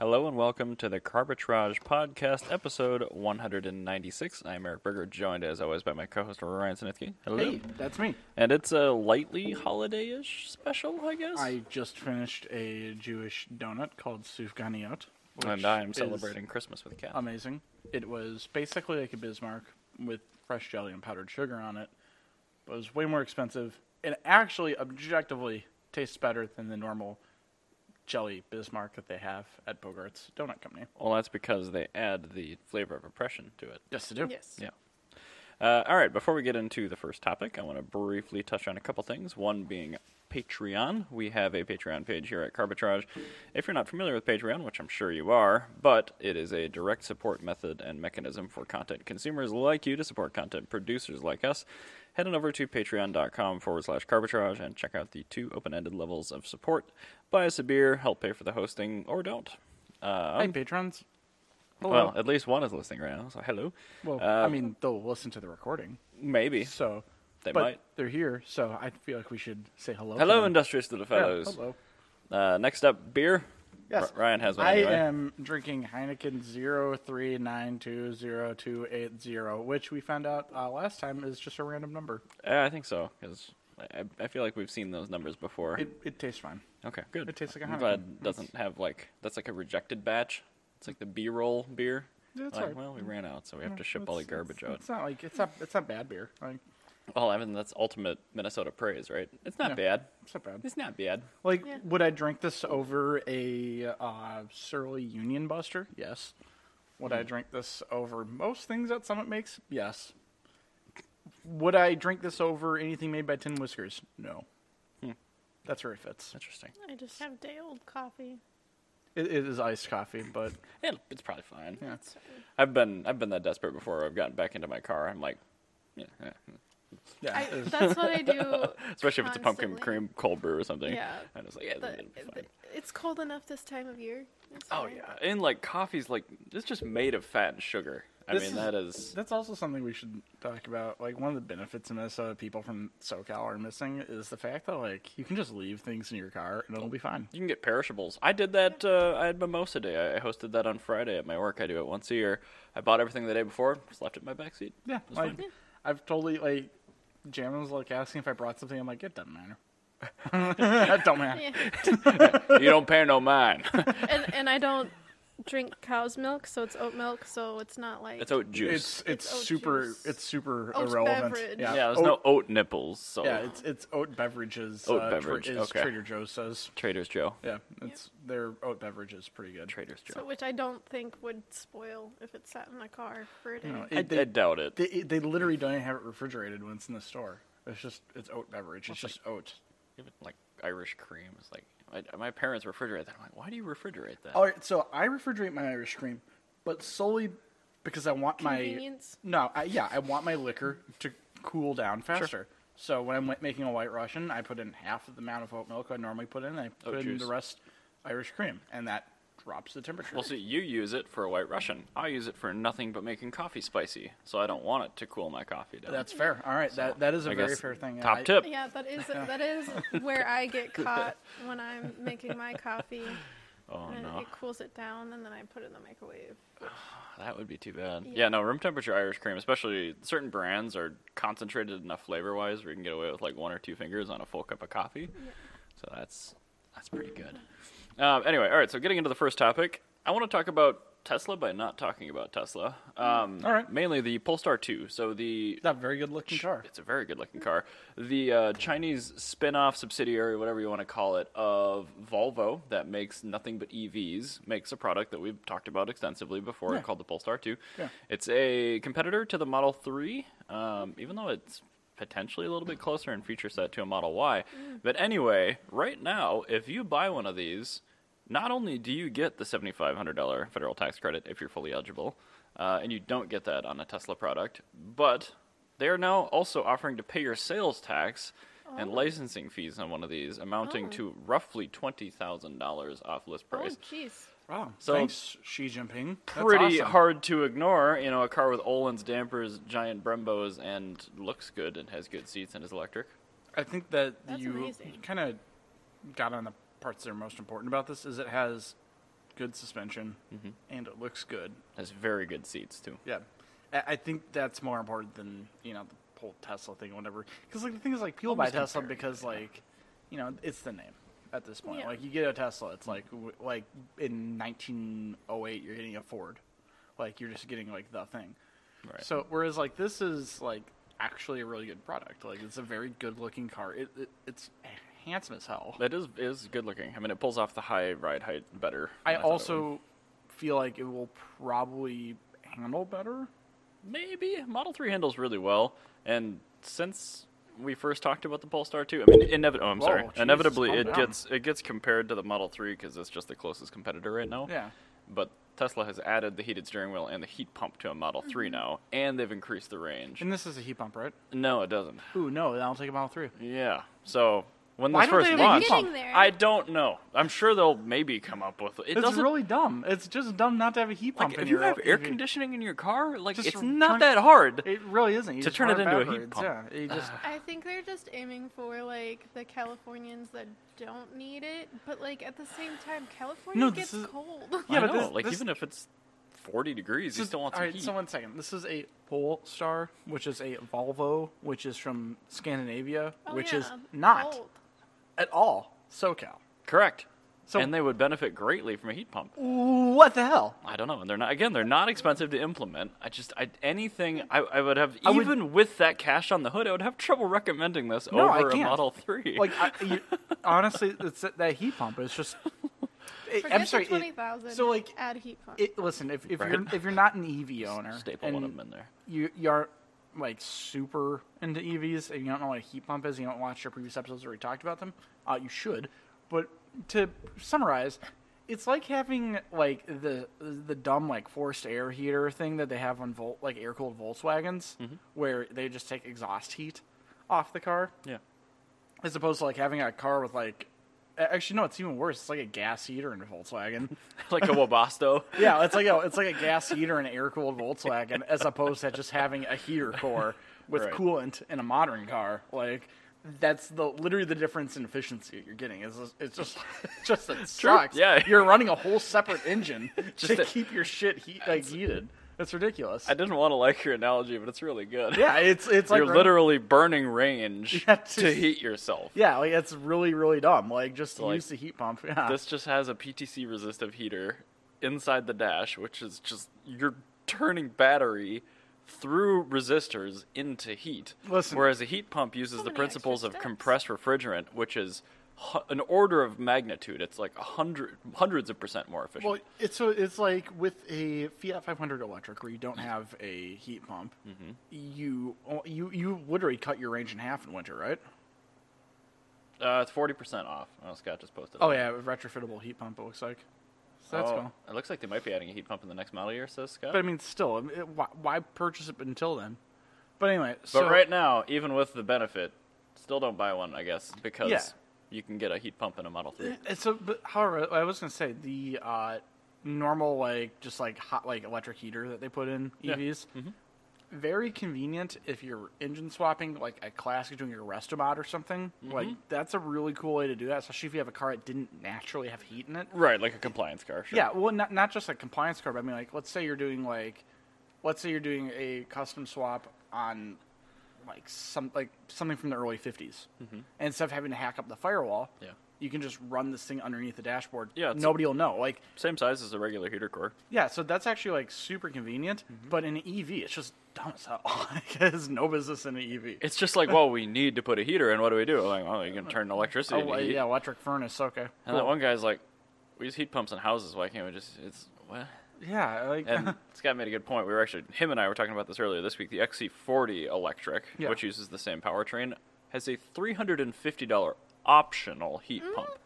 Hello and welcome to the Carbitrage Podcast, episode 196. I'm Eric Berger, joined as always by my co-host Ryan Sinitsky. Hello. Hey, that's me. And it's a lightly holiday-ish special, I guess. I just finished a Jewish donut called sufganiyot. and I am celebrating Christmas with Kat. Amazing. It was basically like a Bismarck with fresh jelly and powdered sugar on it, but it was way more expensive. It actually, objectively, tastes better than the normal jelly Bismarck that they have at Bogart's Donut Company. well, that's because they add the flavor of oppression to it. Yes, they do. Yes. Yeah. Uh, all right, before we get into the first topic, I want to briefly touch on a couple things. One being Patreon. We have a Patreon page here at Carbitrage. If you're not familiar with Patreon, which I'm sure you are, but it is a direct support method and mechanism for content consumers like you to support content producers like us. Head on over to patreon.com forward slash carbitrage and check out the two open ended levels of support. Buy us a beer, help pay for the hosting, or don't. Um, Hi, patrons. Well, at least one is listening right now, so hello. Oh, Well, Uh, I mean, they'll listen to the recording, maybe. so. They but might. they're here, so I feel like we should say hello. to Hello, them. industrious little Yeah, fellows. hello. Uh, next up, beer. Yes. R- Ryan has one. I anyway. am drinking Heineken 03920280, which we found out uh, last time is just a random number. Uh, I think so because I, I- I feel like we've seen those numbers before. It, it tastes fine. okay, good. it tastes like a I'm glad Heineken. it doesn't have like that's like a rejected batch. It's like the B-roll beer. Yeah, that's Like, right. Well, we ran out, so we have to ship all the It's- garbage it's, out. It's not like it's not it's not bad beer. Like Well, I mean that's ultimate Minnesota praise, right? It's not Yeah. bad. it's not bad. It's not bad. Like Yeah. would I drink this over a uh, Surly Union Buster? Yes. Would Hmm. I drink this over most things that Summit makes? Yes. Would I drink this over anything made by Tin Whiskers? No. Hmm. That's where it fits. Interesting. I just have day old coffee. It, it is iced coffee, but It, it's probably fine. yeah. It's I've been I've been that desperate before. I've gotten back into my car. I'm like, yeah, yeah. yeah I, it is- that's what I do. especially if it's a pumpkin constantly. cream cold brew or something. Yeah. I'm just like, yeah, The- it'll be fine. the- it's cold enough this time of year. It's Oh fine. yeah, and like coffee's like it's just made of fat and sugar. I This mean is- that is that's also something we should talk about. Like one of the benefits in Minnesota people from SoCal are missing is the fact that like you can just leave things in your car and it'll be fine. you can get perishables. I did that. Uh, I had mimosa day. I hosted that on Friday at my work. I do it once a year. I bought everything the day before. Just left it in my back seat. Yeah, It's like fine. I've totally like Jamie was like asking if I brought something. I'm like, it doesn't matter. that don't matter. Yeah. you don't pay no mind. and and I don't drink cow's milk, so it's oat milk, so it's not like it's oat juice. It's it's, oat super juice. it's super Oat irrelevant. beverage. yeah, Yeah, there's oat, no oat nipples. So yeah, it's it's oat beverages. Oat uh, beverage, is okay. Trader Joe's says. Trader's Joe. Yeah, it's their oat beverage is pretty good. Trader's Joe. so, which I don't think would spoil if it sat in my car for a day. know, I, they- I doubt it. They they literally don't even have it refrigerated when it's in the store. It's just it's oat beverage. It's just oat. Even, like Irish cream is like my, my parents refrigerate that. I'm like, why do you refrigerate that? All right, so I refrigerate my Irish cream, but solely because I want my Convenience? no, I, yeah, I want my liquor to cool down faster. So when I'm wa- making a white Russian, I put in half of the amount of oat milk I normally put in. and I put in juice. the rest Irish cream, and that drops the temperature. Well, see, you use it for a white Russian. I use it for nothing but making coffee spicy, so I don't want it to cool my coffee down. That's fair. All right, that that is a I very guess fair thing. Top I- tip. Yeah, that is that is where I get caught when I'm making my coffee. Oh and no, It cools it down, and then I put it in the microwave. that would be too bad. Yeah. Yeah. no, room temperature Irish cream, especially certain brands, are concentrated enough flavor wise where you can get away with like one or two fingers on a full cup of coffee. So that's that's pretty good. Um, anyway, all right. So getting into the first topic, I want to talk about Tesla by not talking about Tesla. Um, All right. Mainly the Polestar 2. So the That very good looking car. It's a very good looking car. The uh, Chinese spin off subsidiary, whatever you want to call it, of Volvo that makes nothing but EVs makes a product that we've talked about extensively before Yeah. called the Polestar 2. Yeah. It's a competitor to the Model 3, um, even though it's potentially a little bit closer in feature set to a Model Y. But anyway, right now, if you buy one of these, not only do you get the $7,500 federal tax credit if you're fully eligible, uh, and you don't get that on a Tesla product, but they are now also offering to pay your sales tax and licensing fees on one of these, amounting Oh. to roughly $20,000 off list price Oh, jeez. Wow. So- Thanks, Xi Jinping. That's pretty awesome. hard to ignore. You know, a car with Olin's dampers, giant Brembos, and looks good and has good seats and is electric. I think that That's you amazing. kind of got on the parts that are most important about this. Is it has good suspension, and it looks good. Has very good seats too. Yeah, I, I think that's more important than you know the whole Tesla thing, or whatever. Because like the thing is, like people buy Almost Tesla comparing, because like you know it's the name at this point. Yeah. Like you get a Tesla, it's like w- like in 1908 you're getting a Ford, like you're just getting like the thing. Right. So whereas like this is like actually a really good product. Like it's a very good looking car. It, it it's handsome as hell. That is is good looking. I mean, it pulls off the high ride height better. I than thought it would. also feel like it will probably handle better. maybe Model Three handles really well, and since we first talked about the Polestar 2, I mean, inevi- oh, I'm Whoa, sorry. Jesus, Inevitably, calm it down. gets it gets compared to the Model Three because it's just the closest competitor right now. Yeah. But Tesla has added the heated steering wheel and the heat pump to a Model Three Mm-hmm. now, and they've increased the range. And this is a heat pump, right? no, it doesn't. Ooh, no, that'll take a mile through. Yeah. So when Why this don't first they have a launched, heat pump? Getting there. I don't know. I'm sure they'll maybe come up with it. it's doesn't really dumb. It's just dumb not to have a heat pump like in if you your have air if you- conditioning in your car, like Just it's turn- not that hard. It really isn't. You To just turn it run into a heat backwards, pump. Yeah, you just I think they're just aiming for like the Californians that don't need it, but like at the same time, California No, this gets is- cold. Yeah, I but know. this- like this- even if it's 40 degrees, you So- still want all some right, heat. so one second. This is a Polestar, which is a Volvo, which is from Scandinavia, Oh, which yeah, Oh. is not cold. at all SoCal. Correct. So- and they would benefit greatly from a heat pump. What the hell? I don't know, and they're not. Again, they're not expensive to implement. I just, I, anything I, I would have, I would- even with that cash on the hood, I would have trouble recommending this No, I over a can't. Model Three. Like, I, you, honestly, it's that, that heat pump is just. it- Forget I'm sorry. the it- twenty thousand. so like, add heat pump. it, listen, if, if Right. you're if you're not an EV owner, staple one of and them in there. you you aren't like super into EVs and you don't know what a heat pump is, and you don't watch our previous episodes where we talked about them. Uh, you should. But to summarize, it's like having like the the dumb like forced air heater thing that they have on Volt like air cooled Volkswagens, where they just take exhaust heat off the car, Yeah. as opposed to like having a car with like. a- Actually, no. It's even worse. It's like a gas heater in a Volkswagen. Like a Wabasto. Yeah, it's like a, it's like a gas heater and an air cooled Volkswagen, as opposed to just having a heater core with Right. coolant in a modern car. Like that's the literally the difference in efficiency you're getting. Is it's just it's just it sucks. Yeah. you're running a whole separate engine Just to a- keep your shit heat like heated. It's ridiculous. I didn't want to like your analogy, but it's really good. yeah, it's it's like You're run- literally burning range Yeah, to just- heat yourself. Yeah, like it's really really dumb. Like just to Like, use the heat pump. Yeah. This just has a PTC resistive heater inside the dash, which is just you're turning battery through resistors into heat. Listen. Whereas a heat pump uses How the many principles extra of steps? compressed refrigerant, which is hu- an order of magnitude. It's like a hundred, hundreds of percent more efficient. Well, it's so it's like with a Fiat 500 electric, where you don't have a heat pump, you you you literally cut your range in half in winter, right? uh, it's forty percent off. Oh, Scott just posted. Oh yeah, a retrofittable heat pump. It looks like. So that's Oh, cool. It looks like they might be adding a heat pump in the next model year, says Scott. But I mean, still, it, why, why purchase it until then? But anyway, But so right now, even with the benefit, still don't buy one, I guess, because Yeah. you can get a heat pump in a Model 3. And so, but however, I was gonna say the uh, normal like just like hot like electric heater that they put in Yeah. Mm-hmm. EVs. Very convenient if you're engine swapping, like a classic doing your resto mod or something. Like Mm-hmm. that's a really cool way to do that, especially if you have a car that didn't naturally have heat in it. Right, like a compliance car. Sure. Yeah, well, not not just a compliance car, but I mean, like, let's say you're doing like, let's say you're doing a custom swap on, like some like something from the early '50s, and instead of having to hack up the firewall, Mm-hmm. Yeah. you can just run this thing underneath the dashboard. Yeah, it's- nobody will know. Like, Same size as a regular heater core. yeah, so that's actually like super convenient. Mm-hmm. But in an EV, it's just dumb as hell. like, there's no business in an E EV. It's just like, well, we need to put a heater in. What do we do? Like, well, you can turn electricity Oh, into heat. yeah, electric furnace. Okay. And E that cool. one guy's like, we use heat pumps in houses. Why can't we just? It's what? Yeah, like. And Scott made a good point. We were actually him and I were talking about this earlier this week. The XC40 electric, Yeah. which uses the same powertrain, has a three hundred and fifty dollar optional heat pump. If Mm-hmm.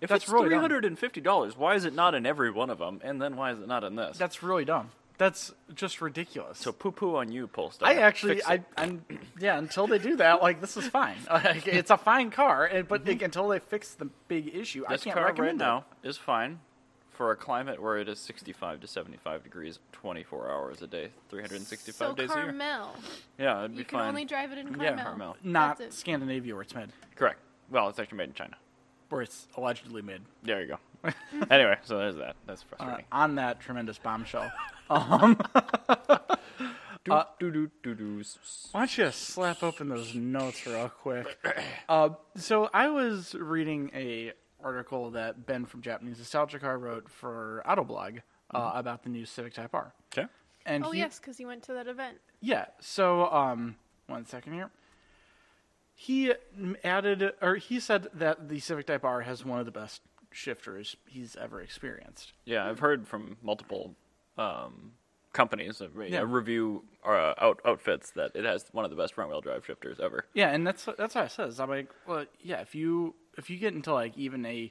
That's it's really three dumb. hundred and fifty dollars, why is it not in every one of them? And then why is it not in this? that's really dumb. That's just ridiculous. so poo poo on you, Polestar. I actually, Fix it. I, I'm, yeah. Until they do that, like this is fine. Like, it's a fine car, and but like, until they fix the big issue, Mm-hmm. this I can't car right recommend it. now is fine for a climate where it is sixty five to seventy five degrees, twenty four hours a day, three hundred and sixty five so days a year. Carmel, Yeah, it'd be you can fine. only drive it in Carmel. Yeah, Carmel. Not That's it. Scandinavia, where it's made, Correct. Well, it's actually made in China. where it's allegedly made. There you go. anyway, so there's that. That's Uh, frustrating. on that tremendous bombshell. Um, Uh, do do do do. Why don't you slap open those notes real quick? Uh, so I was reading a article that Ben from Japanese Nostalgia Car wrote for Autoblog uh, about the new Civic Type R. Okay. And Mm-hmm. Oh he, yes, because you went to that event. yeah. So um, one second here. He m- added, or he said that the Civic Type R has one of the best shifters he's ever experienced. Yeah, I've heard from multiple um, companies that re- Yeah. uh, review uh, out, outfits that it has one of the best front wheel drive shifters ever. Yeah, and that's that's what I says. I'm like, well, yeah, if you if you get into like even a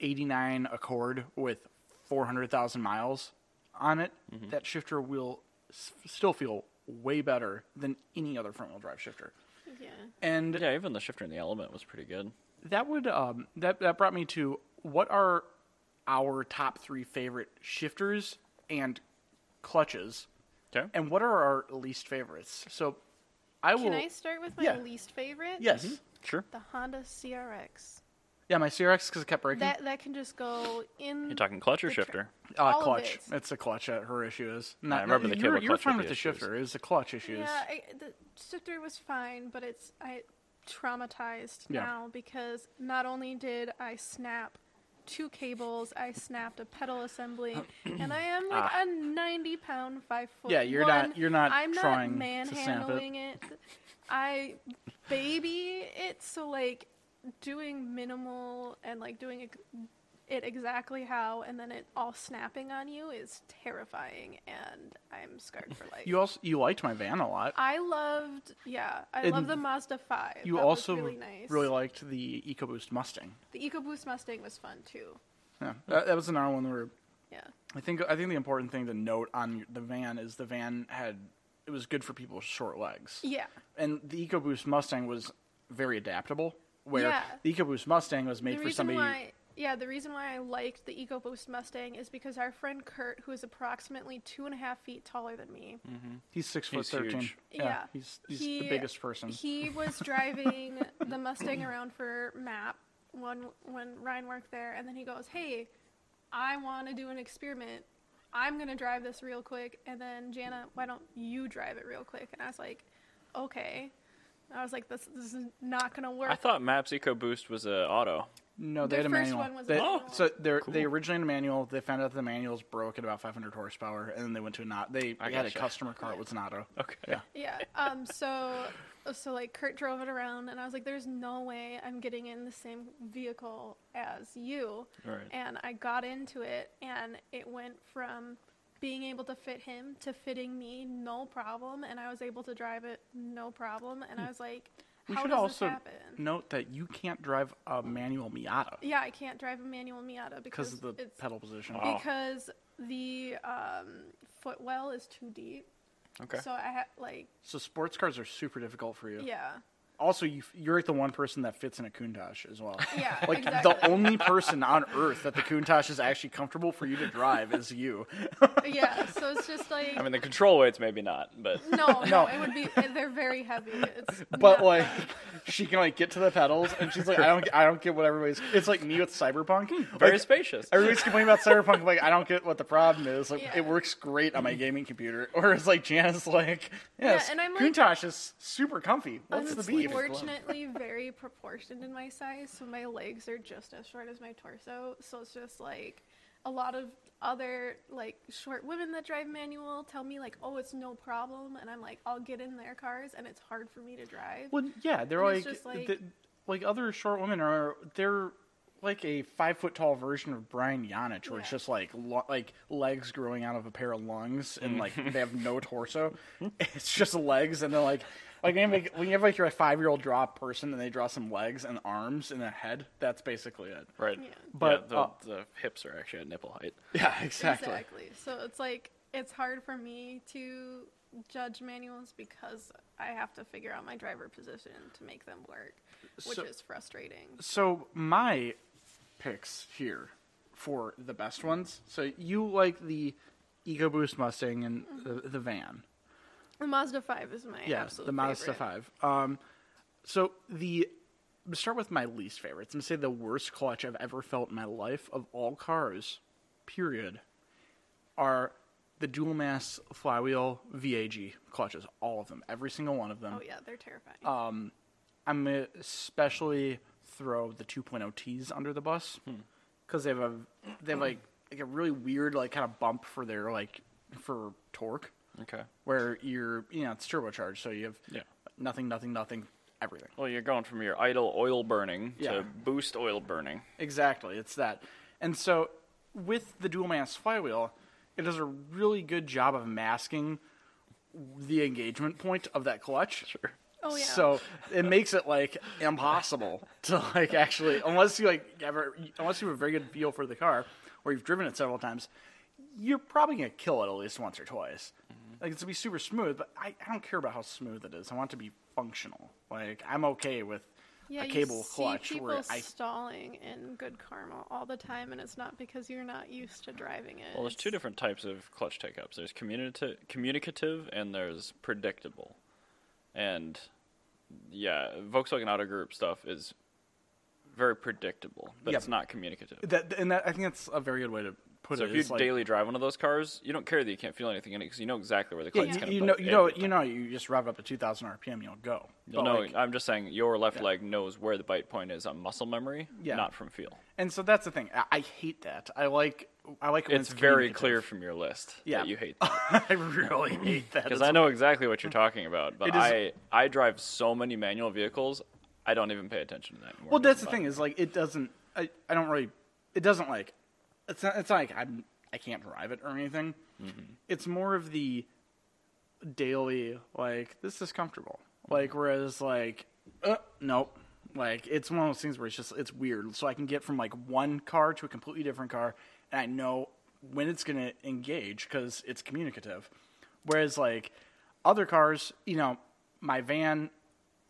89 Accord with 400,000 miles on it, that shifter will s- still feel way better than any other front wheel drive shifter. Yeah. And Yeah, even the shifter in the element was pretty good. that would um that that brought me to what are our top 3 favorite shifters and clutches Okay. and what are our least favorites? So I will Can I start with my yeah. least favorite? Yes. Mm-hmm. Sure. The Honda CRX. Yeah, my CRX cuz it kept breaking. That that can just go in. You're talking clutch or the tra- shifter? Uh, all of clutch. it. It's a clutch that her issue is. I remember the kid you're, with You're clutch fine with with the the issues. shifter. It's the clutch issues. Yeah, I, the shifter was fine, but it's I traumatized Yeah. now because not only did I snap two cables, I snapped a pedal assembly, and I am like a ninety pound five foot. Ah. Yeah, you're one. not- you're not I'm trying not to snap it. manhandling it. I baby it so like doing minimal and like doing ex- it exactly how and then it all snapping on you is terrifying and i'm scarred for life You also you liked my van a lot. I loved, yeah, I And loved the Mazda 5. you that also was really nice. really liked the EcoBoost Mustang. the EcoBoost Mustang was fun too. Yeah, that, that was another one where Yeah, I think I think the important thing to note on the van is the van had it was good for people with short legs. yeah, And the EcoBoost Mustang was very adaptable. Where Yeah. the EcoBoost Mustang was made the for reason somebody. why, yeah, the reason why I liked the EcoBoost Mustang is because our friend Kurt, who is approximately two and a half feet taller than me, He's six foot He's thirteen. huge. Yeah, he's, he's the he- biggest person. He was driving the Mustang around for MAP when when Ryan worked there, and then he goes, "Hey, I want to do an experiment. I'm gonna drive this real quick." And then Jana, why don't you drive it real quick? And I was like, "Okay." I was like, "This this is not gonna work." I thought Maps Eco Boost was a auto. No, they Their had a first manual. one was a They- manual. So they Cool. they originated a manual. They found out that the manuals broke at about 500 horsepower, and then they went to an auto. They I had gotcha. a customer car. It was an auto. Okay. Yeah. Yeah. Um. So, so like Kurt drove it around, and I was like, "There's no way I'm getting in the same vehicle as you." Right. And I got into it, and it went from being able to fit him to fitting me, no problem. And I was able to drive it, no problem. And I was like, Hmm. We "How should does also this happen?" note that you can't drive a manual Miata Yeah, I can't drive a manual Miata because because of the it's pedal position. Wow. because the um, footwell is too deep. Okay. So I had like So sports cars are super difficult for you. yeah. Also, you, f- you're like the one person that fits in a Countach as well. Yeah, Like exactly. the only person on earth that the Countach is actually comfortable for you to drive is you. Yeah, so it's just like I mean, the control weights maybe not, but No, no, it would be. They're very heavy. It's But not like, fun. she can like get to the pedals, and she's like, I don't, I don't get what everybody's. It's like me with Cyberpunk. very Like, spacious. Everybody's complaining about Cyberpunk. Like, I don't get what the problem is. Like, Yeah. it works great on my gaming computer. Or it's like Janice, like, yes, and I'm like- Countach is super comfy. What's I'm the beef? Fortunately, very proportioned in my size, so my legs are just as short as my torso. So it's just like a lot of other like short women that drive manual tell me like, "Oh, it's no problem," and I'm like, "I'll get in their cars," and it's hard for me to drive. Well, yeah, they're And like, it's th- just like- like, other short women are. They're like a five foot tall version of Brian Yanich, where it's Yeah. just like lo- like legs growing out of a pair of lungs, and like they have no torso. It's just legs, and they're like. Like when you, have, like, when you have like you're a five year old draw a person and they draw some legs and arms and a head, that's basically it. right. Yeah. But, Yeah, the, uh, the hips are actually at nipple height. Yeah, Exactly. So it's like it's hard for me to judge manuals because I have to figure out my driver position to make them work, which So- is frustrating. So my picks here for the best ones. So you like the EcoBoost Mustang and the, the van. The Mazda 5 is my Yes, absolute the Mazda favorite. Five. Um, so the start with my least favorites and say the worst clutch I've ever felt in my life of all cars, period, are the dual mass flywheel VAG clutches. All of them, every single one of them. Oh yeah, they're terrifying. Uh, I'm gonna especially throw the 2.0 Ts under the bus because they have a they have like like a really weird like kind of bump for their like for torque Okay. where you're you know it's turbocharged so you have Yeah. nothing nothing nothing everything Well, you're going from your idle oil burning Yeah. to boost oil burning. Exactly, it's that. And so with the dual mass flywheel, it does a really good job of masking the engagement point of that clutch. Sure. Oh, yeah. So it makes it like impossible to like actually unless you like ever unless you have a very good feel for the car or you've driven it several times, you're probably gonna kill it at least once or twice. Like it's gonna be super smooth, but I, I don't care about how smooth it is. I want it to be functional. Like I'm okay with yeah, a cable you see clutch people where I stalling in Good Karma all the time, and it's not because you're not used to driving it. Well, there's two It's- different types of clutch take ups there's communicative, communicative and there's predictable. And yeah, Volkswagen Auto Group stuff is very predictable, but Yeah. it's not communicative. That and that I think that's a very good way to put So it. if you is, like, daily drive one of those cars, you don't care that you can't feel anything in it because you know exactly where the yeah, clutch is you, going you to know, you know, you know, you just rev up to 2,000 RPM, you'll go. You'll But, know, like- I'm just saying your left Yeah. leg knows where the bite point is on muscle memory, Yeah. not from feel. and so that's the thing. I, I hate that. I like, I like. it when it's very clear communicative. from your list Yeah. that you hate I really hate that. because It's- I know exactly what you're talking about. But It is- I I drive so many manual vehicles, I don't even pay attention to that. Anymore. Well, It that's the doesn't thing is like it doesn't. I, I don't really. It doesn't like. It's not. It's not like I'm. I can't drive it or anything. It's more of the daily like this is comfortable. Like whereas like uh, nope. Like it's one of those things where it's just it's weird. So I can get from like one car to a completely different car, and I know when it's gonna engage because it's communicative. Whereas like other cars, you know, my van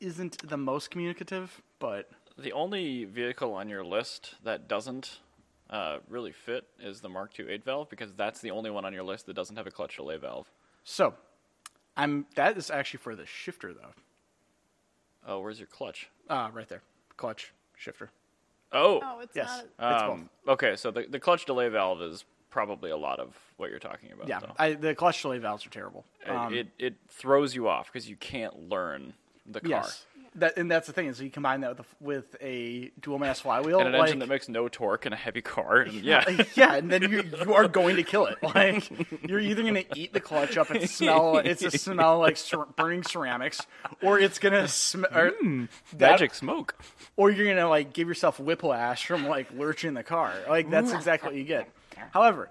isn't the most communicative, but bother me. The only vehicle on your list that doesn't uh, really fit is the Mark II 8 valve because that's the only one on your list that doesn't have a clutch delay valve. So, I'm that is actually for the shifter though. Oh, where's your clutch? Uh, right there, clutch shifter. Oh, Oh, it's Yes, not. it's both. Um, okay, so the, the clutch delay valve is probably a lot of what you're talking about. yeah, Um, though. I, the clutch delay valves are terrible. It- it, it throws you off because you can't learn the car. Uh, yes, that and that's the thing is you combine that with a, with a dual mass flywheel And an like, engine that makes no torque and a heavy car. And yeah. yeah, and then you you are going to kill it. Like you're either going to eat the clutch up and smell it's a smell like cer- burning ceramics, or it's going to smell Hmm. Magic smoke. or you're gonna like give yourself whiplash from like lurching the car. Like that's exactly what you get. However,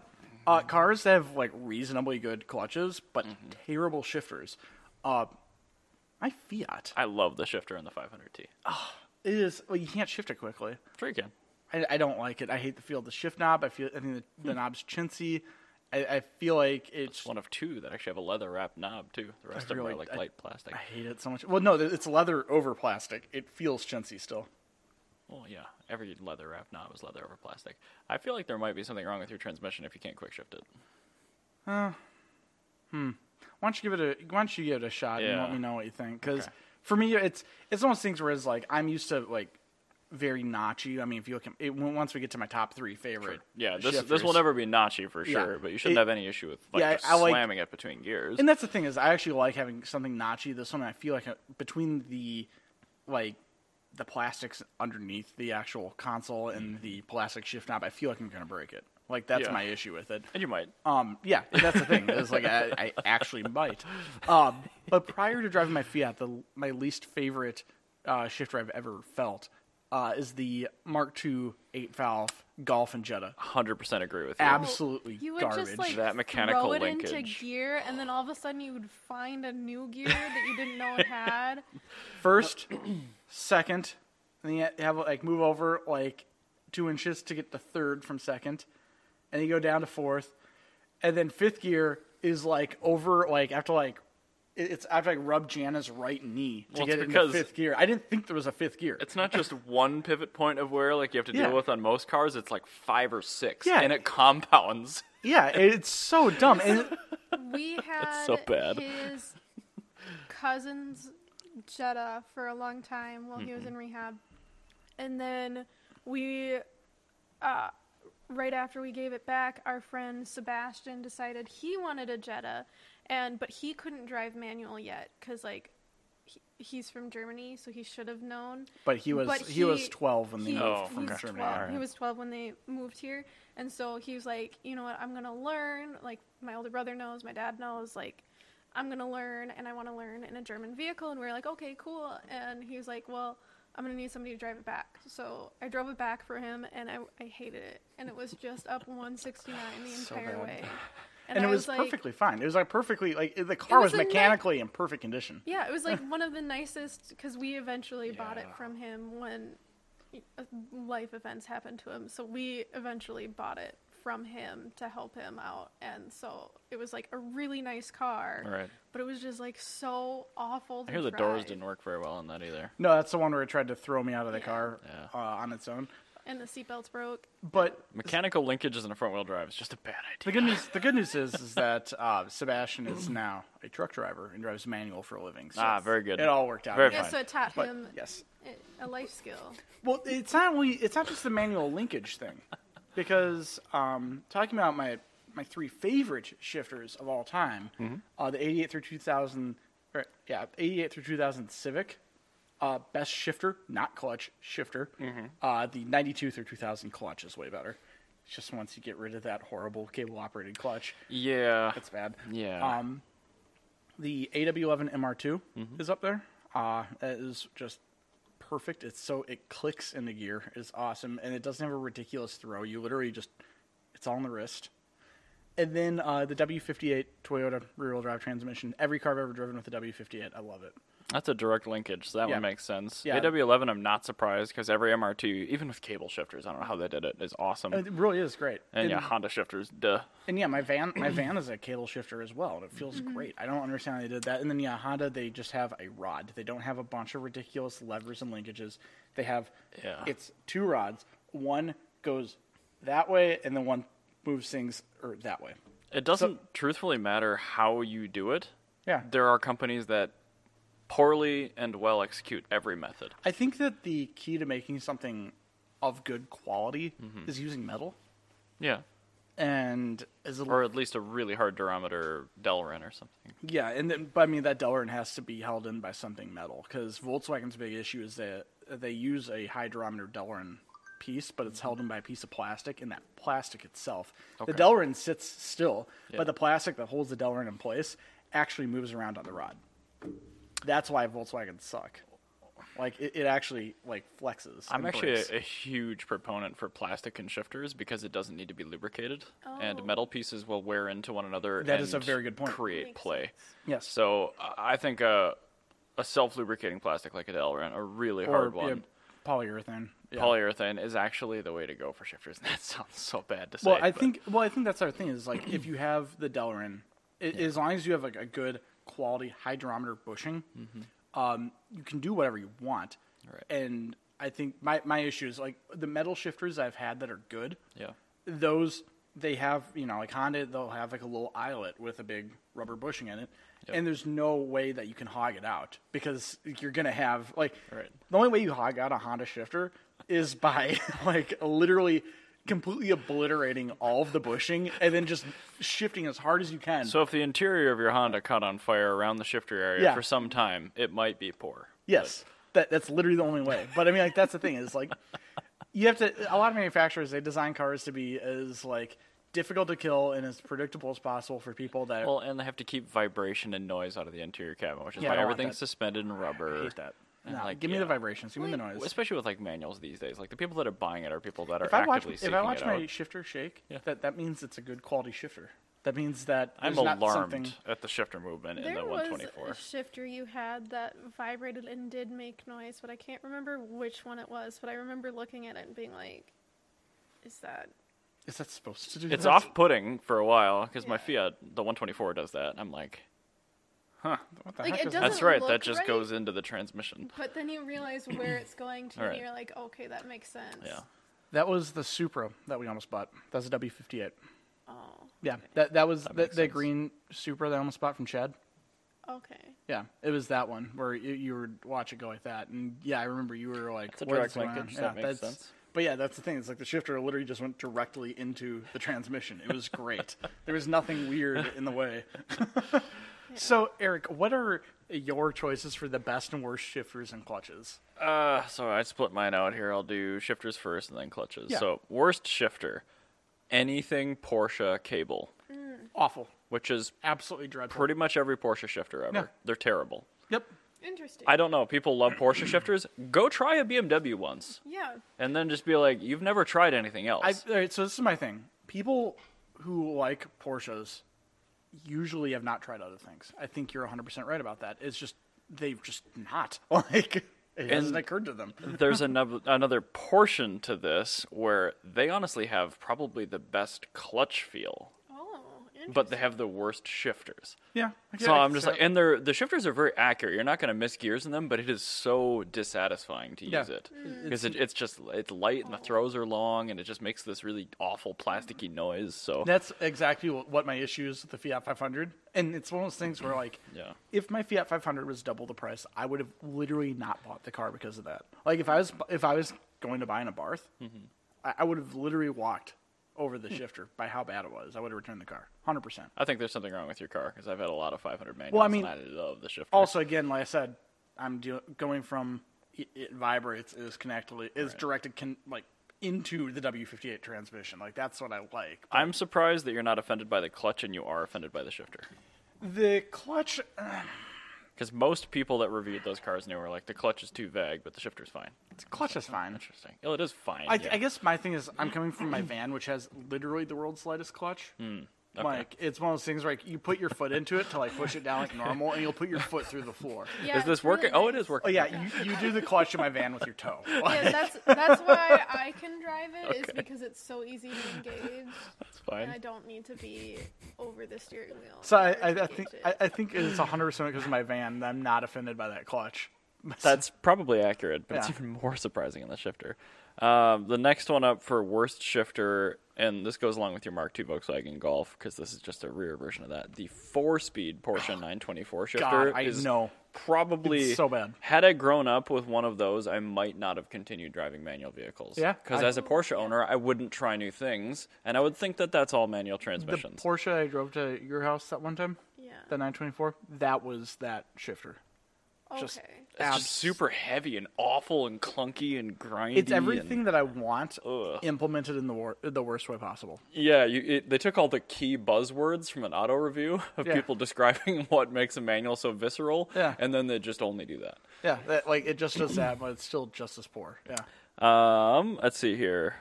uh, cars that have like reasonably good clutches but terrible shifters. Uh, my Fiat, I love the shifter in the 500T. it is well, you can't shift it quickly. Sure, you can. I, I don't like it. I hate the feel of the shift knob. I feel I think the, the knob's chintzy. I, I feel like it's. It's one of two that actually have a leather wrap knob, too. The rest of them really- are like I- light plastic. I hate it so much. Well, no, it's leather over plastic. It feels chintzy still. Well, yeah. Every leather wrap knob is leather over plastic. I feel like there might be something wrong with your transmission if you can't quick shift it. why don't you give it a why don't you give it a shot and Yeah. let me know what you think because Okay. for me it's it's one of those things where it's like i'm used to like very notchy i mean if you look at it, once we get to my top three favorite Yeah, this this shifters. will never be notchy for Yeah. sure, but you shouldn't It- have any issue with like Yeah, I- just I like- slamming it between gears. and that's the thing is i actually like having something notchy this one i feel like uh, between the like the plastics underneath the actual console and the plastic shift knob i feel like i'm gonna break it like that's Mm-hmm. Yeah. my issue with it And you might. Um, yeah, that's the thing. It's like I, I actually might. Um, but prior to driving my Fiat, the my least favorite uh, shifter I've ever felt uh, is the Mark II eight valve Golf and Jetta. 100% agree with you. Ab- absolutely you would garbage. Just, like, That mechanical throw it linkage. into gear, and then all of a sudden you would find a new gear that you didn't know it had. First, second, and then you have like move over like two inches to get the third from second, and you go down to fourth, and then fifth gear is like over like after like. it- It's I have to like rub Jana's right knee to Well, it's get it into because- fifth gear. I didn't think there was a fifth gear. It's not just one pivot point of wear like you have to deal Yeah. with on most cars. It's like five or six, Yeah. and it compounds. Yeah, it's so dumb. And We had so bad. his cousin's Jetta for a long time while he was in rehab, and then we, uh, right after we gave it back, our friend Sebastian decided he wanted a Jetta, and but he couldn't drive manual yet because like. he- He's from Germany, so he should have known. But he was But he, was he- twelve when they He, Oh, moved he from was Germany. 12. Alright. He was 12 when they moved here. And so he was like, you know what? I'm going to learn. Like, my older brother knows, my dad knows. Like, I'm going to learn and I want to learn in a German vehicle. And we were like, okay, cool. And he was like, well, I'm going to need somebody to drive it back. So I drove it back for him and I, I hated it. And it was just up 169 the So entire bad. way. And, I it was, like, perfectly fine. It was like perfectly like the car was, was a nice- mechanically in perfect condition. Yeah, it was like one of the nicest because we eventually bought it Yeah. from him when uh, life events happened to him. So we eventually bought it from him to help him out, and so it was like a really nice car. Right. But it was just like so awful. To I hear the drive. doors didn't work very well on that either. No, that's the one where it tried to throw me out of the Yeah. car Yeah. uh, on its own. and the seatbelts broke. But Mechanical linkages in a front wheel drive is just a bad the idea. good news the good news is is that uh, Sebastian is now a truck driver and drives manual for a living. So Ah, very good. It all worked out. Very Yeah, Fine. so it taught But, him yes. i- a life skill. Well, it's not only it's not just the manual linkage thing, because um, talking about my my three favorite shifters of all time, uh, the eighty eight through two thousand, or, yeah, eighty eight through two thousand Civic, uh, best shifter, not clutch shifter. Uh, the ninety two through two thousand clutch is way better. It's just once you get rid of that horrible cable operated clutch, Yeah. it's bad. Yeah. Um, the AW11 MR2 Mm-hmm. is up there. Uh, it is just perfect. It's so it clicks into gear. It's awesome, and it doesn't have a ridiculous throw. You literally just it's all on the wrist. And then uh, the W58 Toyota rear-wheel drive transmission. Every car I've ever driven with the W58, I love it. That's a direct linkage, so that Yeah. one makes sense. Yeah. AW11, I'm not surprised because every MR2, even with cable shifters, I don't know how they did it, is awesome. It really is great. and yeah, Honda shifters, duh. And yeah, my van my van is a cable shifter as well, and it feels Mm-hmm. great. I don't understand how they did that. And then yeah, Honda they just have a rod. They don't have a bunch of ridiculous levers and linkages. They have Yeah. it's two rods. One goes that way, and then one moves things or that way. It doesn't truthfully matter how you do it. Yeah. There are companies that poorly and well execute every method. I think that the key to making something of good quality Mm-hmm. is using metal Yeah. and is a Or at least a really hard durometer Delrin or something. Yeah, and then, but I mean that Delrin has to be held in by something metal because Volkswagen's big issue is that they use a hydrometer Delrin piece, but it's held in by a piece of plastic, and that plastic itself, the Okay. Delrin sits still, Yeah. but the plastic that holds the Delrin in place actually moves around on the rod. That's why Volkswagens suck. Like it, it actually like flexes. I'm and actually breaks. a, a huge proponent for plastic and shifters because it doesn't need to be lubricated, and Oh. metal pieces will wear into one another. That is a and very good point. Create Makes play. Yes. So I- I think a, a self-lubricating plastic like a Delrin, a really or hard one, yeah, polyurethane. Yeah. polyurethane is actually the way to go for shifters. That sounds so bad to say. Well, I but- think well, I think that's our thing is like if you have the Delrin, i as long as you have like a good quality hydrometer bushing, um, you can do whatever you want. Mm-hmm. Right. And I think my my issue is like the metal shifters I've had that are good. yeah, Those they have you know like Honda they'll have like a little eyelet with a big rubber bushing in it. Yep. And there's no way that you can hog it out because you're gonna have like Right. the only way you hog out a Honda shifter is by like literally completely obliterating all of the bushing and then just shifting as hard as you can. So if the interior of your Honda caught on fire around the shifter area Yeah. for some time, it might be poor. yes, that that's literally the only way. But I mean, like that's the thing is like you have to. A lot of manufacturers they design cars to be as like difficult to kill and as predictable as possible for people that Well, and they have to keep vibration and noise out of the interior cabin, which is Yeah, why I don't want everything's that. suspended in rubber. hate that. And, No, like, give me the yeah. vibrations. Give me the Well, noise. especially with like manuals these days. Like the people that are buying it are people that are If I watch actively if seeking I watch it my out. shifter shake, Yeah. that that means it's a good quality shifter. That means that I'm there's not alarmed something- at the shifter movement in there the was 124. a shifter you had that vibrated and did make noise, but I can't remember which one it was. But I remember looking at it and being like, "Is that Is that supposed to do? It's that? off-putting for a while because my Yeah. Fiat, the 124, does that. I'm like, What the Like, heck it is doesn't that's right. That look just right. goes into the transmission. But then you realize where it's going to, Alright. and you're like, okay, that makes sense. Yeah. That was the Supra that we almost bought. That was a W58. Oh. Yeah, that that was the, makes the sense. green Supra that I almost bought from Chad. Okay. Yeah, it was that one where you, you were watch it go like that, and yeah, I remember you were like, That's a "What is direct going linkage, on?" that yeah, makes that's- sense. But yeah, that's the thing. It's like the shifter literally just went directly into the transmission. It was great. there was nothing weird in the way. so, Eric, what are your choices for the best and worst shifters and clutches? Uh, so I split mine out here. I'll do shifters first and then clutches. Yeah. So worst shifter, anything Porsche cable, Awful, which is absolutely dreadful. pretty much every Porsche shifter ever. Yeah. They're terrible. Yep. Interesting. I don't know. People love Porsche shifters. Go try a BMW once, yeah. and then just be like, you've never tried anything else. I, all right, so this is my thing. People who like Porsches usually have not tried other things. I think you're 100% right about that. It's just they've just not like it hasn't occurred to them. there's another another portion to this where they honestly have probably the best clutch feel, Oh, interesting. but they have the worst shifters. Yeah. So I'm just like, and they're the shifters are very accurate. You're not going to miss gears in them, but it is so dissatisfying to Yeah. use it because it, it's just it's light and the throws are long, and it just makes this really awful plasticky noise. So that's exactly wh- what my issue is with the Fiat 500, and it's one of those things where like, Yeah. if my Fiat 500 was double the price, I would have literally not bought the car because of that. Like if I was if I was going to buy in a Barth, Mm-hmm. I, I would have literally walked over the shifter by how bad it was. I would have returned the car, hundred percent. I think there's something wrong with your car because I've had a lot of 500 manuals. Well, I mean, and I love the shifter. Also, again, like I said, I'm deal going from it, it vibrates it is connected it is directed con- like into the W58 transmission. Like that's what I like. I'm surprised that you're not offended by the clutch and you are offended by the shifter. The clutch Because most people that reviewed those cars knew were like, the clutch is too vague, but the shifter's fine. clutch is fine. Interesting. Oh, it is fine. I, yeah. I guess my thing is I'm coming from my van, which has literally the world's lightest clutch. Like it's one of those things where like, you put your foot into it to like push it down like normal, and you'll put your foot through the floor. Yeah, is this it's really working? Oh, it nice. is working. Oh yeah, you, you do the clutch in my van with your toe. Yeah, that's that's why I can drive it. Is Okay. because it's so easy to engage, It's and I fine. don't need to be over the steering wheel. So I, in I, order to I gauge think it. I, I think it's 100 percent because of my van. that I'm not offended by that clutch. That's probably accurate, but it's Yeah. even more surprising in the shifter. Um, the next one up for worst shifter, and this goes along with your Mark II Volkswagen Golf, because this is just a rear version of that. The four-speed Porsche 924 shifter I is know. probably It's so bad. Had I grown up with one of those, I might not have continued driving manual vehicles. Yeah, because I- as a Porsche owner, I wouldn't try new things, and I would think that that's all manual the transmissions. Porsche I drove to your house that one time. Yeah. The 924. That was that shifter. okay. just- It's just super heavy and awful and clunky and grindy. It's everything and- that I want Ugh. implemented in the wor- the worst way possible. yeah, you, it, they took all the key buzzwords from an auto review of Yeah. people describing what makes a manual so visceral, Yeah. and then they just only do that. Yeah, that, like it just does that, but it's still just as poor. Yeah. Um, let's see here.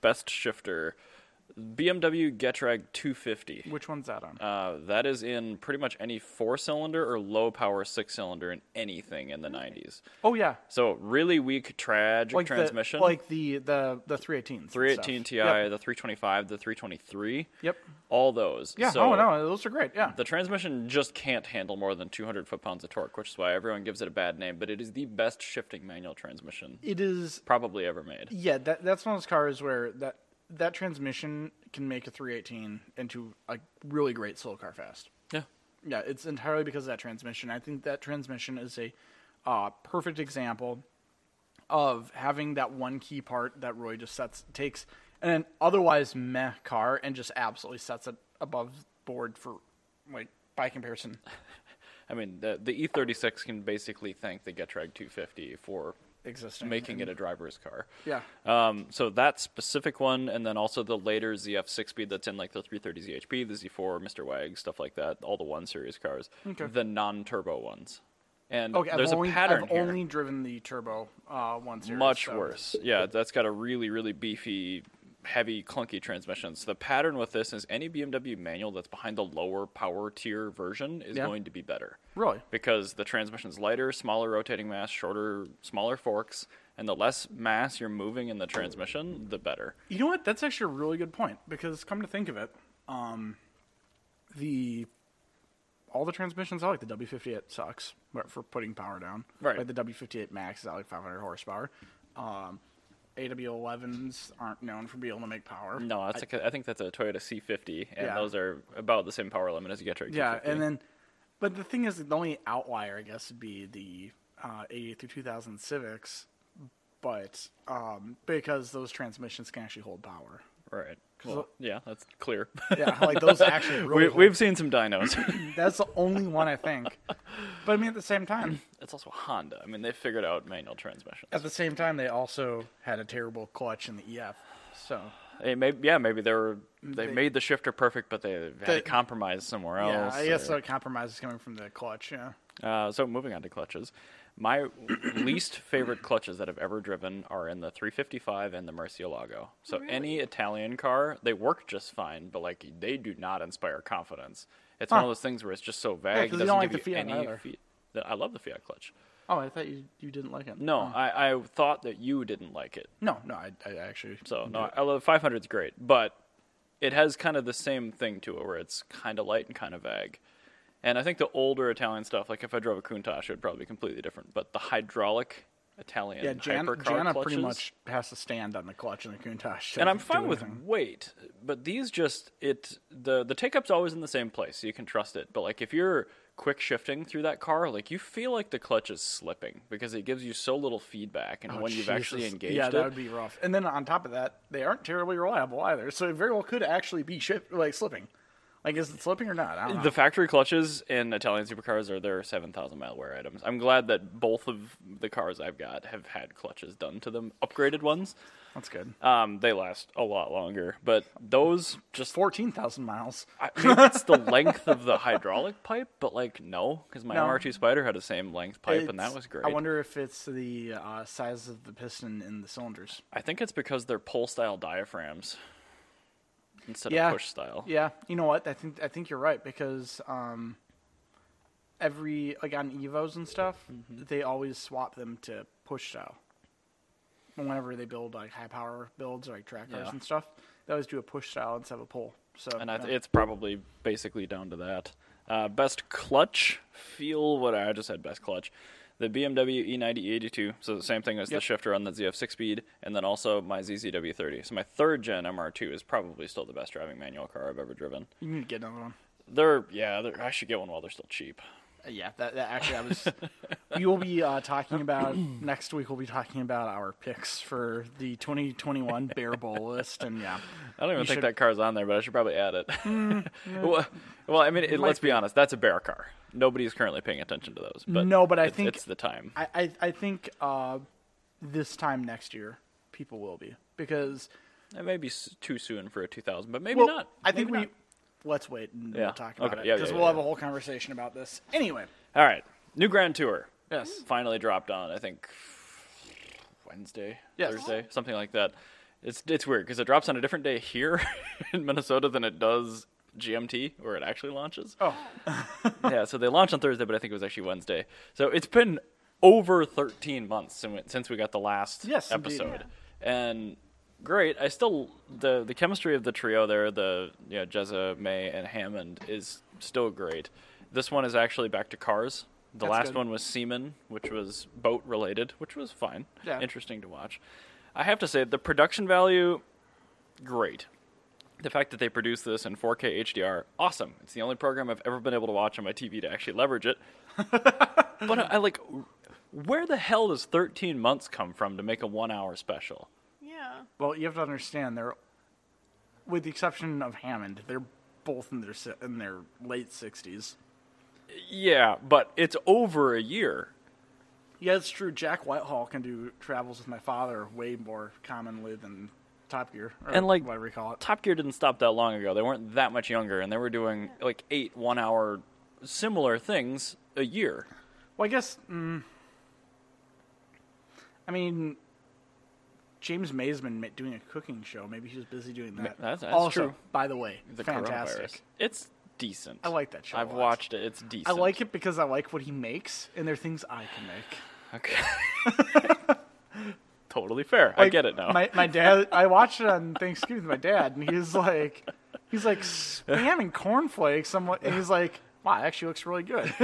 Best shifter, BMW Getrag 250. Which one's that on? Uh, that is in pretty much any four-cylinder or low-power six-cylinder in anything in the 90s. oh yeah, So really weak tragic like transmission. the like the the the 318s. 318 Ti, Yep. the 325, the 323. Yep. All those. Yeah. So oh no, those are great. Yeah. The transmission just can't handle more than 200 foot pounds of torque, which is why everyone gives it a bad name, but it is the best shifting manual transmission it is. probably ever made. Yeah, that that's one of those cars where that that transmission can make a 318 into a really great slow car fast. Yeah. Yeah, it's entirely because of that transmission. I think that transmission is a uh, perfect example of having that one key part that Roy just sets takes an otherwise meh car and just absolutely sets it above board for like by comparison. I mean, the, the E36 can basically thank the Getrag 250 for Existing making it a driver's car. Yeah. Um, so that specific one, and then also the later ZF six speed that's in like the 330 ZHP, the Z4, Mr. Wag, stuff like that, all the one series cars, Okay. the non-turbo ones, and Okay, there's I've only, a pattern I've here. only driven the turbo uh, once. here, Much so- worse. Yeah, that's got a really, really beefy, heavy, clunky transmission. So the pattern with this is any BMW manual that's behind the lower power tier version is Yeah. going to be better. Really? Because the transmission's lighter, smaller rotating mass, shorter, smaller forks, and the less mass you're moving in the transmission, the better. You know what? That's actually a really good point because come to think of it, um, the all the transmissions out like the W58 sucks but for putting power down. Right. Like the W58 Max is out like 500 horsepower. Um, AW11s aren't known for being able to make power. No, that's like a, I think that's a Toyota C50, and Yeah. those are about the same power limit as a Getrag. Yeah, 250. and then But the thing is, the only outlier, I guess, would be the uh, 80 through 2000 Civics, but um, because those transmissions can actually hold power. Right. Well, yeah, that's clear. Yeah, like those actually. Really we, hold- we've seen some dinos. That's the only one I think. But I mean, at the same time, it's also Honda. I mean, they figured out manual transmissions. at the same time, they also had a terrible clutch in the EF. So Hey, maybe, yeah, maybe they were they, They- made the shifter perfect, but they had They- to compromise somewhere yeah, else. I guess or- a compromise is coming from the clutch. Yeah. Uh, so moving on to clutches, my least favorite clutches that I've ever driven are in the 355 and the Murcielago. So any Italian car, they work just fine, but like they do not inspire confidence. It's one of Huh. those things where it's just so vague. 'cause you it doesn't don't like give the you Fiat any either. fe- the- I love the Fiat clutch. Oh, I thought you you didn't like it. No, Oh. I, I thought that you didn't like it. no, no. I, I actually. So no, I love 500 is great, but it has kind of the same thing to it where it's kind of light and kind of vague. And I think the older Italian stuff, like if I drove a Countach, it would probably be completely different. But the hydraulic Italian Yeah, Jan, hypercar Jana clutches, pretty much has to stand on the clutch in the Countach. to and I'm do fine with anything. weight, but these just it the the take up's always in the same place, so you can trust it. But like if you're quick shifting through that car, like you feel like the clutch is slipping because it gives you so little feedback, and Oh, when you've actually Jesus. engaged yeah, it, that would be rough. And then on top of that, they aren't terribly reliable either, so it very well could actually be ship, like slipping. Like, is it slipping or not? I don't know. The factory clutches in Italian supercars are their 7,000 mile wear items. I'm glad that both of the cars I've got have had clutches done to them, upgraded ones. That's good. Um, they last a lot longer, but those just. Fourteen thousand miles. I maybe it's the length of the hydraulic pipe, but like no, because my No. MR2 Spider had the same length pipe, and It's- that was great. I wonder if it's the uh, size of the piston in the cylinders. I think it's because they're pole style diaphragms instead Yeah. of push style. Yeah, you know what? I think I think you're right because um, every like on Evos and stuff, they always swap them to push style. Whenever they build like high power builds or like track cars Yeah. and stuff, they always do a push style instead of a pull. So and I th- yeah. it's probably basically down to that. Uh, best clutch feel what I just said. Best clutch, the BMW E90E82. E So the same thing as the Yep. shifter on the ZF6 speed, and then also my ZZW30. So my third gen MR2 is probably still the best driving manual car I've ever driven. you need to get another one. They're yeah, they're, I should get one while they're still cheap. Uh, Yeah, that, that actually I was. we will be uh, talking about next week. We'll be talking about our picks for the 2021 Bear Bowl list, and yeah, I don't even You think should- Mm, that car's on there, but I should probably add it. well, well, I mean, it, let's be honest. That's a bear car. Nobody's currently paying attention to those. But No, but I it's- think- it's the time. I, I, I think uh, this time next year, people will be because It may be s- too soon for a 2000, but maybe well, not. I think we Maybe not. let's wait and Yeah, we'll talk about okay, it yeah, yeah, because yeah, we'll have yeah. a whole conversation about this anyway. All right, new Grand Tour. Yes. finally dropped on. I think Wednesday, Yes. Thursday, something like that. It's it's weird because it drops on a different day here in Minnesota than it does GMT where it actually launches. Oh, yeah, so they launched on Thursday, but I think it was actually Wednesday. So it's been over 13 months sin- since we got the last Yes, indeed. episode, and great. I still the the chemistry of the trio there, the you know Jezza, May, and Hammond is still great. This one is actually back to cars. The That's last good. one was Seaman, which was boat related, which was fine, Yeah. interesting to watch. I have to say the production value, great the fact that they produce this in 4K HDR, awesome. It's the only program I've ever been able to watch on my TV to actually leverage it. but I like, where the hell does 13 months come from to make a one-hour special? Yeah. well, you have to understand they're, with the exception of Hammond, they're both in their si- in their late 60s. Yeah, but it's over a year. Yeah, it's true. Jack Whitehall can do travels with my father way more commonly than Top Gear or And, like, whatever you call it. Top Gear didn't stop that long ago. They weren't that much younger, and they were doing like eight one-hour similar things a year. Well, I guess. Mm, I mean, James May's been ma- doing a cooking show. Maybe he was busy doing that. that's- that's also, true. by the way, The coronavirus. fantastic. It's decent. I like that show a I've lot. watched it. It's decent. I like it because I like what he makes, and they're things I can make. Okay. totally fair. I Like, get it now. My my dad. I watched it on Thanksgiving with my dad, and he's like, he's like spamming cornflakes. I'm like, and he's like, wow, it actually looks really good.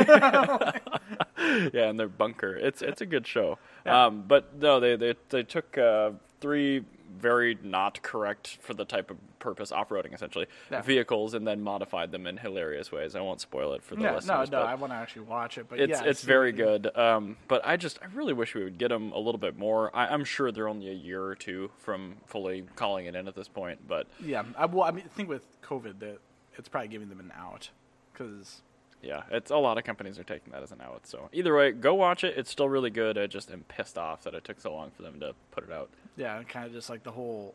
yeah, and their bunker. It's it's a good show. Um, but no, they they they took uh, three very not correct for the type of purpose off-roading essentially Yeah. vehicles and then modified them in hilarious ways. I won't spoil it for the Yeah, listeners. no, no, but- I want to actually watch it, but it's yeah, I it's see very what you mean. good. Um, but I just I really wish we would get them a little bit more. I, I'm sure they're only a year or two from fully calling it in at this point. But Yeah, I, well, I mean, think with COVID that it's probably giving them an out because yeah, it's a lot of companies are taking that as an out. So either way, go watch it. It's still really good. I just am pissed off that it took so long for them to put it out. yeah, kind of just like the whole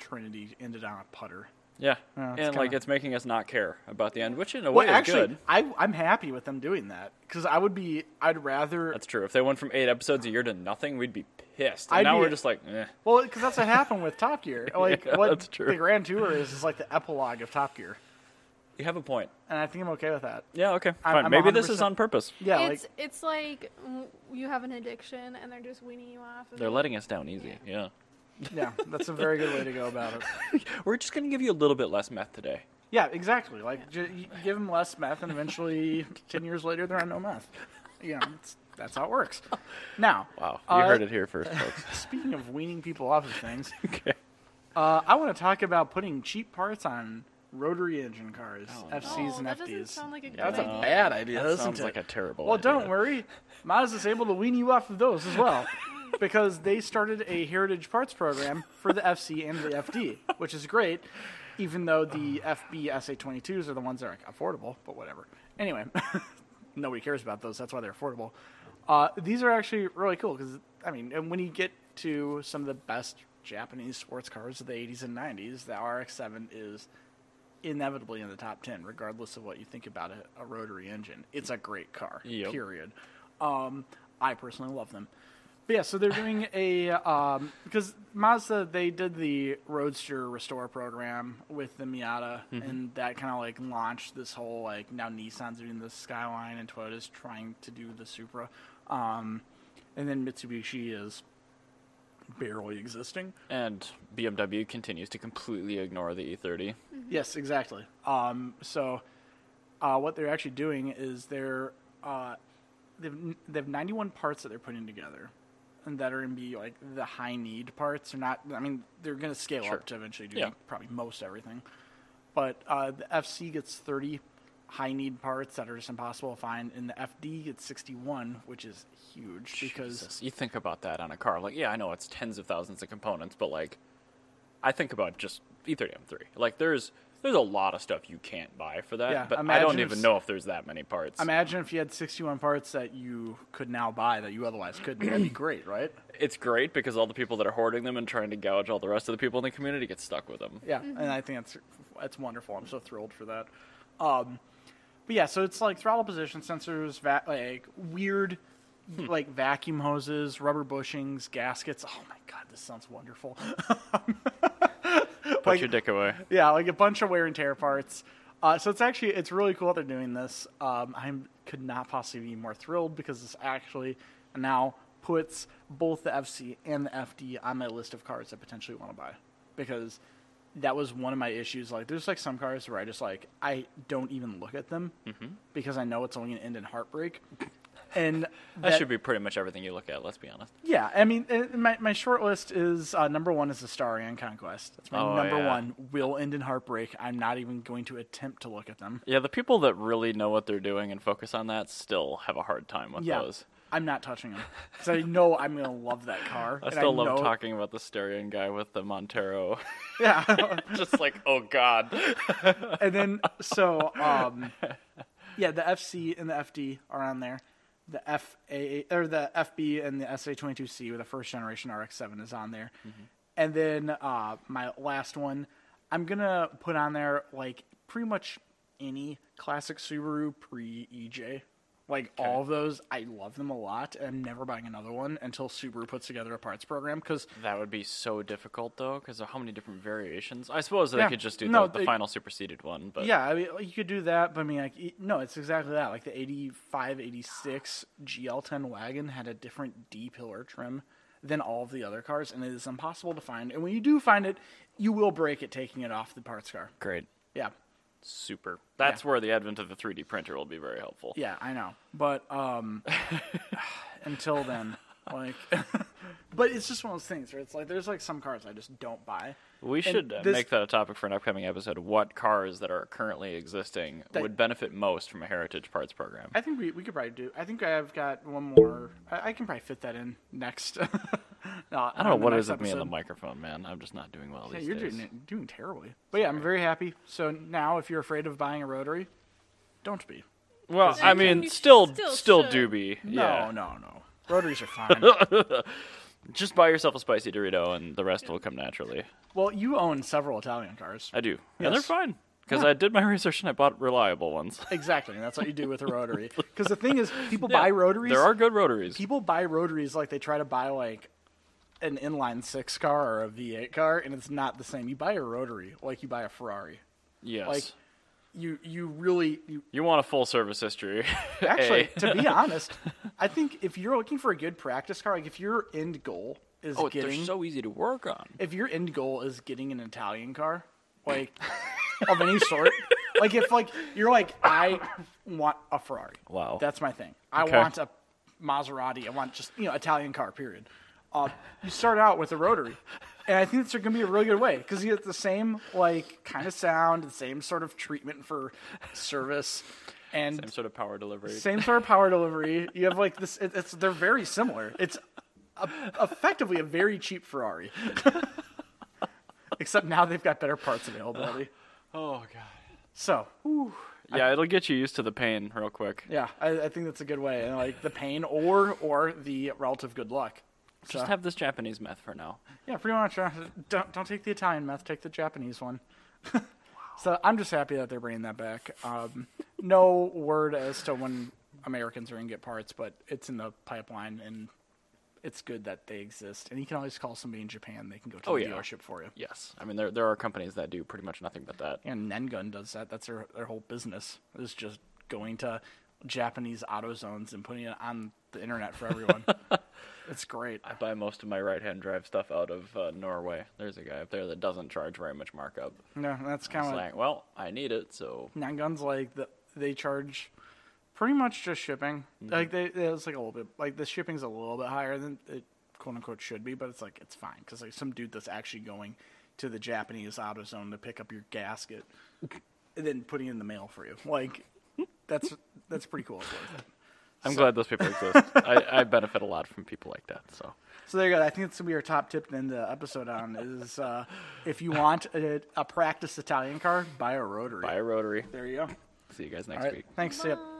Trinity ended on a putter. Yeah, Yeah, and Oh, it's like kinda- it's making us not care about the end, which in a Well, way is actually, good. I I'm happy with them doing that because I would be I'd rather That's true. If they went from eight episodes a year to nothing, we'd be pissed. And I'd now be- we're just like, eh. well because that's what happened with Top Gear. Like Yeah, what that's true. the Grand Tour is is like the epilogue of Top Gear, you have a point. and I think I'm okay with that. Yeah, okay, I'm- fine. I'm Maybe this is 100% on purpose. Yeah, it's like it's like mm, you have an addiction and they're just weaning you off. Of They're it. letting us down easy. Yeah. yeah, that's a very good way to go about it. We're just going to give you a little bit less meth today. Yeah, exactly. Like ju- you give them less meth, and eventually, ten years later, they're on no meth. You know, it's, that's how it works. Now, Wow. You uh, heard it here first, folks. Speaking of weaning people off of things, okay. uh, I want to talk about putting cheap parts on rotary engine cars, Oh, no. FCs, and that FDs. doesn't sound like a good Yeah, that's a No. idea. bad idea. Uh, That isn't sounds it? like a terrible Well, don't idea. worry. Mazda's able to wean you off of those as well because they started a heritage parts program for the FC and the FD, which is great, even though the FB SA22s are the ones that are affordable, but whatever. Anyway, nobody cares about those. That's why they're affordable. Uh, these are actually really cool because, I mean, and when you get to some of the best Japanese sports cars of the 80s and 90s, the RX 7 is inevitably in the top 10 regardless of what you think about a, a rotary engine it's a great car Yep. period um, i personally love them but yeah so they're doing a um, because mazda they did the roadster restore program with the miata and that kind of like launched this whole like now nissan's doing the skyline and toyota's trying to do the supra um, and then mitsubishi is barely existing And BMW continues to completely ignore the E E30. Yes, exactly. Um, so, uh, what they're actually doing is they're uh, they've they've 91 parts that they're putting together, and that are going to be like the high need parts. Are not. I mean, they're going to scale Sure. up to eventually do Yeah. probably most everything, but uh, the FC gets 30 high need parts that are just impossible to find, and the FD gets 61, which is huge because Jesus, you think about that on a car. Like, yeah, I know it's tens of thousands of components, but like, I think about just E E30M3. Like, there's there's a lot of stuff you can't buy for that. Yeah, but I don't imagine if even s- know if there's that many parts. Imagine if you had 61 parts that you could now buy that you otherwise couldn't. That'd be great, right? it's great because all the people that are hoarding them and trying to gouge all the rest of the people in the community get stuck with them. Yeah, and I think that's that's wonderful. I'm so thrilled for that. Um, but yeah, so it's like throttle position sensors, va- like weird, like vacuum hoses, rubber bushings, gaskets. Oh my god, this sounds wonderful. Put Like- your dick away. yeah, like a bunch of wear and tear parts. Uh, so it's actually it's really cool they're doing this. Um, I could not possibly be more thrilled because this actually now puts both the FC and the FD on my list of cars I potentially want to buy because that was one of my issues. Like there's like some cars where I just like I don't even look at them Mm-hmm. because I know it's only going to end in heartbreak. And That, should be pretty much everything you look at, let's be honest. yeah, I mean, uh, my, my short list is uh, number one is the Starion Conquest. That's my Oh, number yeah. one. Will end in heartbreak. I'm not even going to attempt to look at them. Yeah, the people that really know what they're doing and focus on that still have a hard time with Yeah, those. I'm not touching them because I know I'm going to love that car. I and still love know- talking about the Styrian guy with the Montero. Yeah, Just like, oh god. and then so um, yeah, the FC and the FD are on there. The FA or the FB and the SA22C with the first generation RX7 is on there, and then uh, my last one, I'm gonna put on there like pretty much any classic Subaru pre EJ. Like all of those, I love them a lot, and I'm never buying another one until Subaru puts together a parts program because That would be so difficult though, because of how many different variations. I suppose they Yeah. could just do No, the, the they- final superseded one, but Yeah, I mean, like, you could do that, but I mean, like, e- no, it's exactly that. Like the 85, 86 GL10 wagon had a different D pillar trim than all of the other cars, and it is impossible to find. And when you do find it, you will break it taking it off the parts car. great. Yeah, Super. That's where the advent of the 3D printer will be very helpful. yeah, I know. But um, until then, like, But it's just one of those things where it's like there's like some cars I just don't buy. We should uh this- make that a topic for an upcoming episode. What cars that are currently existing That- would benefit most from a heritage parts program? I think we, we could probably do. I think I've got one more. I, I can probably fit that in next. I I don't know what is with me and the microphone, man. I'm just not doing well Yeah, these you're days. doing it- doing terribly. But yeah, I'm very happy. So now, if you're afraid of buying a rotary, don't be. Well, I You mean, can- still, still still, should. doobie. No, yeah. no, no. Rotaries are fine. Just buy yourself a spicy Dorito, and the rest will come naturally. well, you own several Italian cars. I do, and they're Yes. fine because I did my research and I bought reliable ones. Exactly, and that's what you do with a rotary. Because the thing is, people Yeah, buy rotaries. There are good rotaries. people buy rotaries like they try to buy like an inline six car or a V8 car, and it's not the same. You buy a rotary like you buy a Ferrari. yes, Like you, you really, you you want a full service history. actually, A. to be honest, I think if you're looking for a good practice car, like if your end goal is oh, getting they're so easy to work on. if your end goal is getting an Italian car, like of any sort, like if like you're like I want a Ferrari. Wow. that's my thing. I Okay. want a Maserati. I want just you know Italian car. Period. Uh, you start out with a rotary, and I think that's going to be a really good way because you get the same like kind of sound, the same sort of treatment for service, and Same sort of power delivery. same sort of power delivery. You have like this. It, it's they're very similar. It's a, effectively a very cheap Ferrari, except now they've got better parts availability. Oh god. So Yeah, it'll get you used to the pain real quick. yeah, I, I think that's a good way. And like the pain or or the relative good luck. Just have this Japanese meth for now. Yeah, pretty much. uh, Don't don't take the Italian meth. Take the Japanese one. so I'm just happy that they're bringing that back. Um, no word as to when Americans are going to get parts, but it's in the pipeline, and it's good that they exist. And you can always call somebody in Japan; they can go to Oh, the yeah. dealership for you. Yes, I mean there there are companies that do pretty much nothing but that. And Nengun does that. That's their their whole business is just going to Japanese auto zones and putting it on the internet for everyone. it's great. I buy most of my right-hand drive stuff out of uh, Norway. There's a guy up there that doesn't charge very much markup. No, that's kind It's of like, well, I need it, so Nine Guns like the, they charge pretty much just shipping. Mm-hmm. Like they, it's like a little bit like the shipping's a little bit higher than it quote unquote should be, but it's like it's fine because like some dude that's actually going to the Japanese auto zone to pick up your gasket and then putting it in the mail for you. Like that's that's pretty cool. It's worth it. I'm glad those people exist. I, I benefit a lot from people like that. So So there you go. I think that's gonna be our top tip to end the episode on is uh, if you want a, a practice Italian car, buy a rotary. buy a rotary. There you go. See you guys All next right. week. Thanks. See ya.